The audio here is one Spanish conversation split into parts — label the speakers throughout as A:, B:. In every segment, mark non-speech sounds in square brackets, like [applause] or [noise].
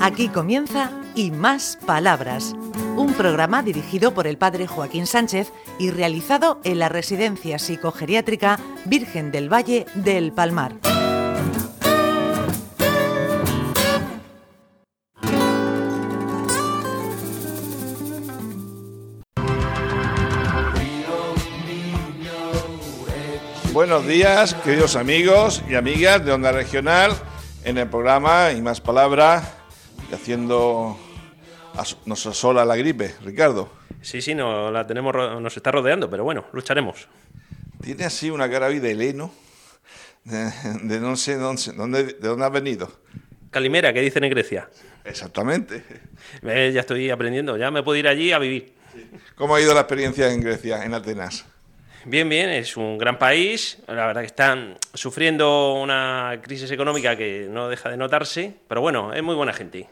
A: Aquí comienza Y Más Palabras, un programa dirigido por el padre Joaquín Sánchez y realizado en la Residencia Psicogeriátrica Virgen del Valle del Palmar.
B: Buenos días, queridos amigos y amigas de Onda Regional, en el programa y más palabras, y haciendo as- nos asola la gripe, Ricardo.
C: Sí, sí, no, la tenemos, ro- nos está rodeando, pero bueno, lucharemos.
B: Tiene así una cara hoy de heleno, de, de no sé dónde, dónde- de dónde has venido.
C: Calimera, que dicen en Grecia.
B: Exactamente.
C: Eh, ya estoy aprendiendo, ya me puedo ir allí a vivir.
B: ¿Cómo ha ido la experiencia en Grecia, en Atenas?
C: Bien, bien, es un gran país. La verdad que están sufriendo una crisis económica que no deja de notarse, pero bueno, es muy buena gente.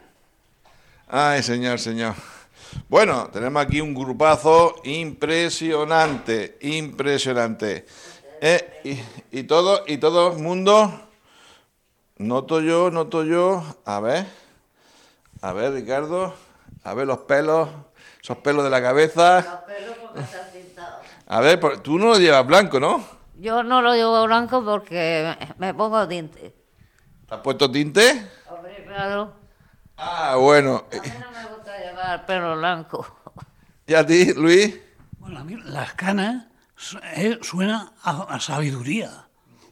B: Ay, señor, señor. Bueno, tenemos aquí un grupazo impresionante, impresionante. Eh, y, y todo, y todo el mundo. Noto yo, noto yo. A ver. A ver, Ricardo. A ver los pelos. Esos pelos de la cabeza. A ver, por- tú no lo llevas blanco, ¿no?
D: Yo no lo llevo blanco porque me pongo dientes.
B: ¿Te has puesto tinte?
D: Hombre, claro.
B: Ah, bueno.
D: A mí no me gusta llevar pelo blanco.
B: ¿Y a ti, Luis?
E: Bueno, a mí las canas su- eh, suena a, a sabiduría.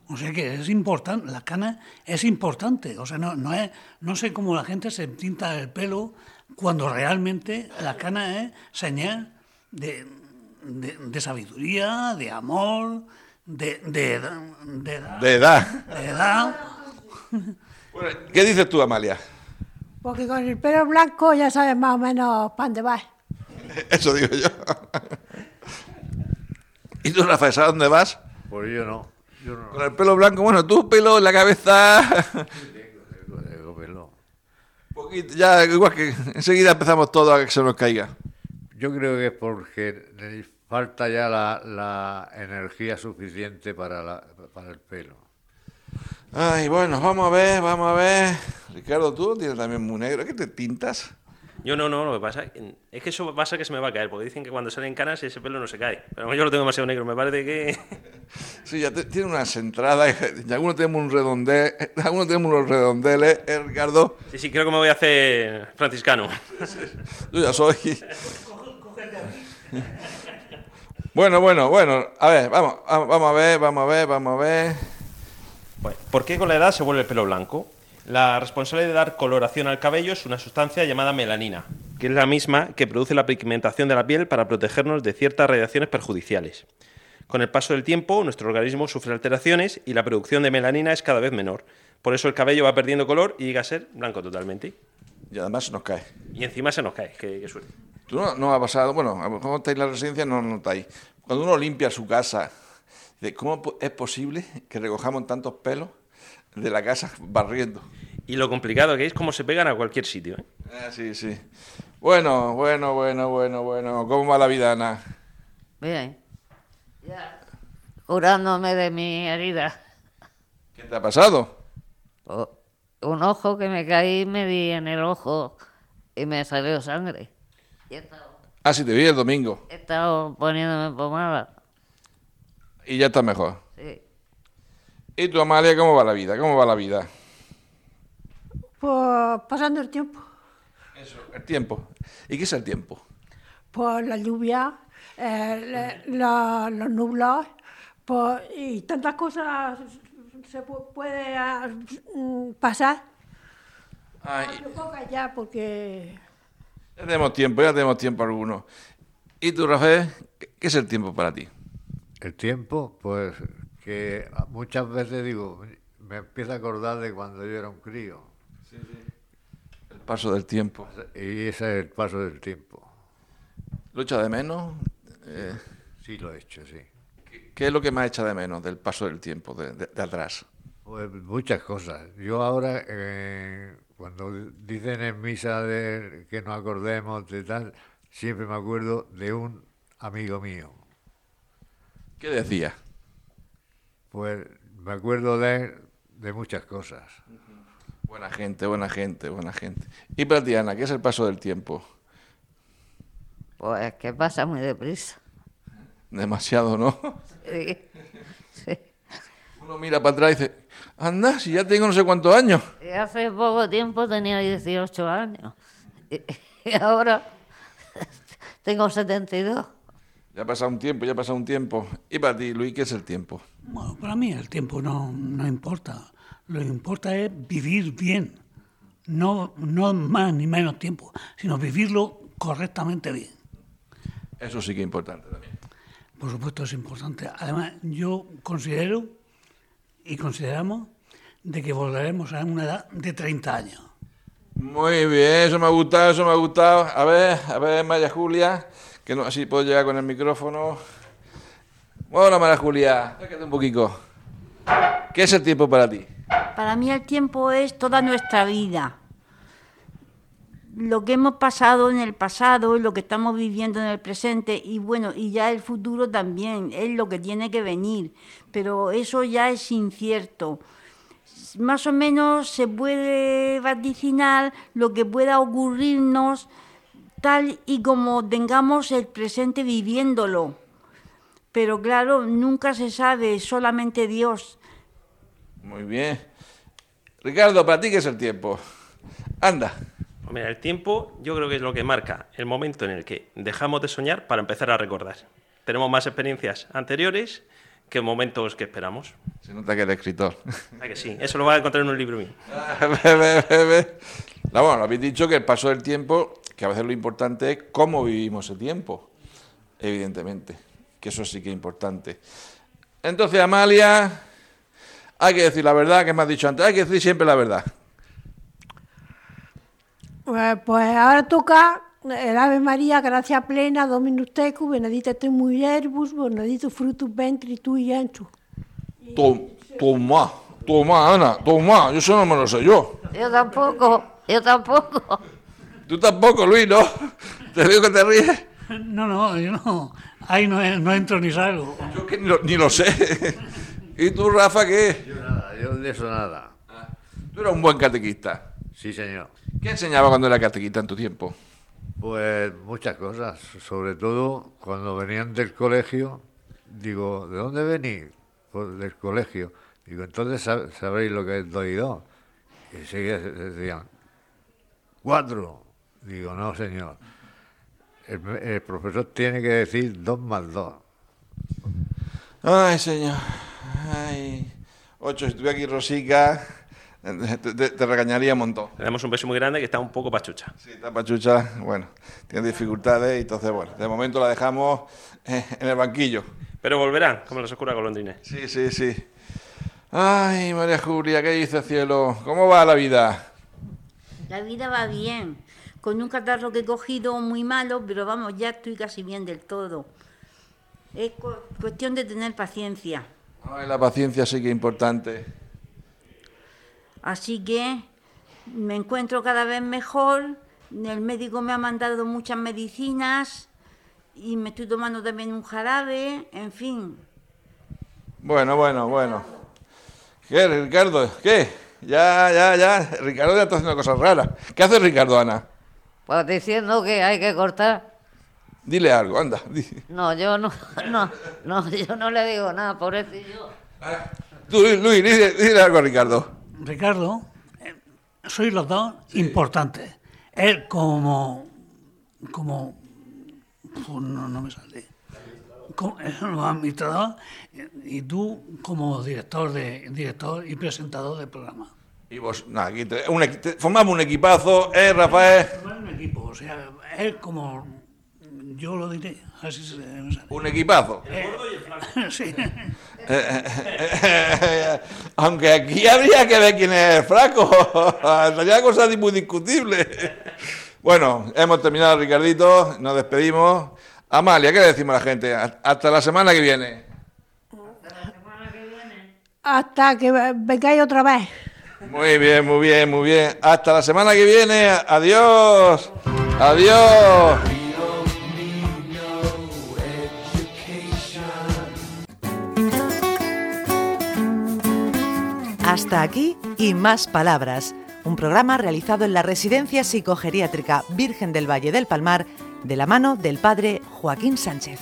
E: O sea que es importante, las canas es importante. O sea, no, no, es, no sé cómo la gente se tinta el pelo cuando realmente la cana es señal de, de, de sabiduría, de amor, de, de, edad- de edad.
B: De edad.
E: de edad.
B: Bueno, ¿Qué dices tú, Amalia?
F: Porque con el pelo blanco ya sabes más o menos pan de vas.
B: Eso digo yo. ¿Y tú, Rafa, sabes dónde vas?
G: Por ello no. Yo no
B: Con el pelo blanco, bueno, tú pelo en la cabeza.
G: tengo, tengo pelo.
B: Poquito, ya, igual que enseguida empezamos todo a que se nos caiga.
G: Yo creo que es porque le falta ya la, la energía suficiente para, la- para el pelo.
B: Ay, bueno, vamos a ver, vamos a ver. Ricardo, tú tienes también muy negro. ¿Qué te tintas?
C: Yo no, no, lo que pasa es que eso pasa que se me va a caer, porque dicen que cuando salen canas ese pelo no se cae. Pero yo lo tengo demasiado negro, me parece que... [laughs]
B: Sí, ya te- tiene unas entradas. [laughs] Y algunos tenemos un redondel. [laughs] Algunos tenemos unos redondeles, eh, Ricardo.
C: Sí, sí, creo que me voy a hacer franciscano.
B: Yo ya soy. Bueno, bueno, bueno. A ver, vamos, vamos vamos a ver, vamos a ver, vamos a ver.
H: Bueno, ¿Por qué con la edad se vuelve el pelo blanco? La responsable de dar coloración al cabello es una sustancia llamada melanina, que es la misma que produce la pigmentación de la piel para protegernos de ciertas radiaciones perjudiciales. Con el paso del tiempo, nuestro organismo sufre alteraciones y la producción de melanina es cada vez menor. Por eso el cabello va perdiendo color y llega a ser blanco totalmente.
B: Y además se nos cae.
C: Y encima se nos cae, qué, qué suerte.
B: Tú no, no ha pasado, bueno, a lo mejor estáis en la residencia, no lo notáis. Cuando uno limpia su casa, dice, ¿cómo po- es posible que recojamos tantos pelos de la casa barriendo?
C: Y lo complicado que es cómo se pegan a cualquier sitio. ¿eh?
B: Ah, sí, sí. Bueno, bueno, bueno, bueno, bueno. ¿Cómo va la vida, Ana?
D: Bien. Ya. Curándome de mi herida.
B: ¿Qué te ha pasado?
D: O- Un ojo que me caí, me di en el ojo y me salió sangre. Y he estado,
B: Ah, sí, te vi el domingo.
D: he estado poniéndome pomada.
B: Y ya está mejor.
D: Sí.
B: ¿Y tú, Amalia, cómo va la vida? ¿Cómo va la vida?
F: Pues pasando el tiempo,
B: Eso, el tiempo. ¿Y qué es el tiempo?
F: por pues la lluvia, eh, le- la- los nublados, por- y tantas cosas se pu- puede ah, mm, pasar.
B: Ay,
F: Yo pocas ya porque
B: Ah, ya tenemos tiempo, ya tenemos tiempo alguno. ¿Y tú, Rafael, qué qué es el tiempo para ti?
G: El tiempo, pues que muchas veces digo, me empiezo a acordar de cuando yo era un crío.
B: El paso del tiempo.
G: Y ese es el paso del tiempo.
B: ¿Lo echa de menos? Eh,
G: Sí lo he hecho, sí.
B: ¿Qué es lo que más echa de menos del paso del tiempo, de, de- de atrás?
G: Pues muchas cosas. Yo ahora, eh, cuando dicen en misa de que nos acordemos de tal, siempre me acuerdo de un amigo mío.
B: ¿Qué decía?
G: Pues me acuerdo de él de muchas cosas.
B: Buena gente, buena gente, buena gente. Y para ti, Ana, ¿qué es el paso del tiempo?
D: Pues que pasa muy deprisa.
B: Demasiado, ¿no?
D: Sí. Sí.
B: Uno mira para atrás y dice, anda, si ya tengo no sé cuántos años.
D: Y hace poco tiempo tenía 18 años. Y, y ahora [laughs] tengo 72.
B: Ya ha pasado un tiempo, ya ha pasado un tiempo. Y para ti, Luis, ¿qué es el tiempo?
E: Bueno, para mí el tiempo no, no importa. Lo que importa es vivir bien. No, no más ni menos tiempo, sino vivirlo correctamente bien.
B: Eso sí que es importante también.
E: Por supuesto es importante. Además, yo considero y consideramos de que volveremos a una edad de 30 años.
B: Muy bien, eso me ha gustado, eso me ha gustado. A ver, a ver, María Julia, que no, así puedo llegar con el micrófono. Hola, María Julia, acércate un poquito. ¿Qué es el tiempo para ti?
I: Para mí el tiempo es toda nuestra vida. Lo que hemos pasado en el pasado, lo que estamos viviendo en el presente y bueno, y ya el futuro también es lo que tiene que venir, pero eso ya es incierto. Más o menos se puede vaticinar lo que pueda ocurrirnos tal y como tengamos el presente viviéndolo. Pero claro, nunca se sabe, solamente Dios.
B: Muy bien. Ricardo, ¿para ti qué es el tiempo? Anda.
C: Pues Mira, el tiempo yo creo que es lo que marca el momento en el que dejamos de soñar para empezar a recordar. Tenemos más experiencias anteriores que momentos que esperamos.
B: Se nota que eres escritor.
C: ¿A que sí? Eso lo vas a encontrar en un libro mío.
B: Ve, ve, ve, ve. [laughs] No, bueno, habéis dicho que el paso del tiempo, que a veces lo importante es cómo vivimos el tiempo, evidentemente, que eso sí que es importante. Entonces, Amalia, hay que decir la verdad que me has dicho antes, hay que decir siempre la verdad.
F: Eh, Pues ahora toca el Ave María, gracia plena, Dominus tecum, benedicta tu mulieribus, benedictus frutus ventri tui gentu.
B: Tom- Toma, toma, Ana, toma, yo eso no me lo sé yo.
D: Yo tampoco, yo tampoco.
B: Tú tampoco, Luis, ¿no? [laughs] Te digo que te ríes.
E: No, no, yo no. Ahí no, no entro ni salgo.
B: Yo que ni lo, ni lo sé. [laughs] ¿Y tú, Rafa, qué?
G: Yo nada, yo de eso nada.
B: Tú eras un buen catequista.
G: Sí, señor.
B: ¿Qué enseñaba cuando era catequista en tu tiempo?
G: Pues muchas cosas, sobre todo cuando venían del colegio, digo, ¿de dónde venís? Pues del colegio. Digo, entonces sab- sabréis lo que es dos y dos. Y enseguida se- se decían, cuatro. Digo, no, señor. El, el profesor tiene que decir dos más dos.
B: Ay, señor. Ay. Ocho, si estuviera aquí Rosica, te, te- te regañaría un montón.
C: Le damos un beso muy grande que está un poco pachucha.
B: Sí, está pachucha, bueno, tiene dificultades y entonces, bueno, de momento la dejamos eh, en el banquillo.
C: Pero volverán, como los oscura golondrines.
B: Sí, sí, sí. Ay, María Julia, ¿qué dices, cielo? ¿Cómo va la vida?
I: La vida va bien. Con un catarro que he cogido muy malo, pero vamos, ya estoy casi bien del todo. Es cu- cuestión de tener paciencia.
B: Ay, la paciencia sí que es importante.
I: Así que me encuentro cada vez mejor. El médico me ha mandado muchas medicinas y me estoy tomando también un jarabe. En fin,
B: Bueno, bueno, bueno. ¿Qué, Ricardo? ¿Qué? Ya, ya, ya. Ricardo ya está haciendo cosas raras. ¿Qué hace Ricardo, Ana?
D: Pues diciendo que hay que cortar.
B: Dile algo, anda. di-
D: No, yo no, no, no, yo no le digo nada, pobrecillo.
B: Tú, Luis, dile, dile algo a Ricardo.
E: Ricardo, eh, sois los dos importantes. Él como... como... pues, no, no me sale. Como es un administrador eh, y tú como director de director y presentador del programa.
B: Y vos, nada, aquí te- un equi- te- formamos un equipazo, ¿eh, Rafael?
E: Formar un equipo, o sea, él como... yo lo diré, así se me sale.
B: Un equipazo. [laughs]
E: [laughs] Sí.
B: Aunque aquí habría que ver quién es el fraco. [laughs] Sería cosa di- muy discutible. Bueno, hemos terminado, Ricardito. Nos despedimos. Amalia, ¿qué le decimos a la gente? Ha- Hasta la semana que viene.
F: Hasta que ve- vengáis otra vez.
B: Muy bien, muy bien, muy bien. Hasta la semana que viene. Adiós. Adiós.
A: Hasta aquí Y Más Palabras, un programa realizado en la Residencia Psicogeriátrica Virgen del Valle del Palmar de la mano del padre Joaquín Sánchez.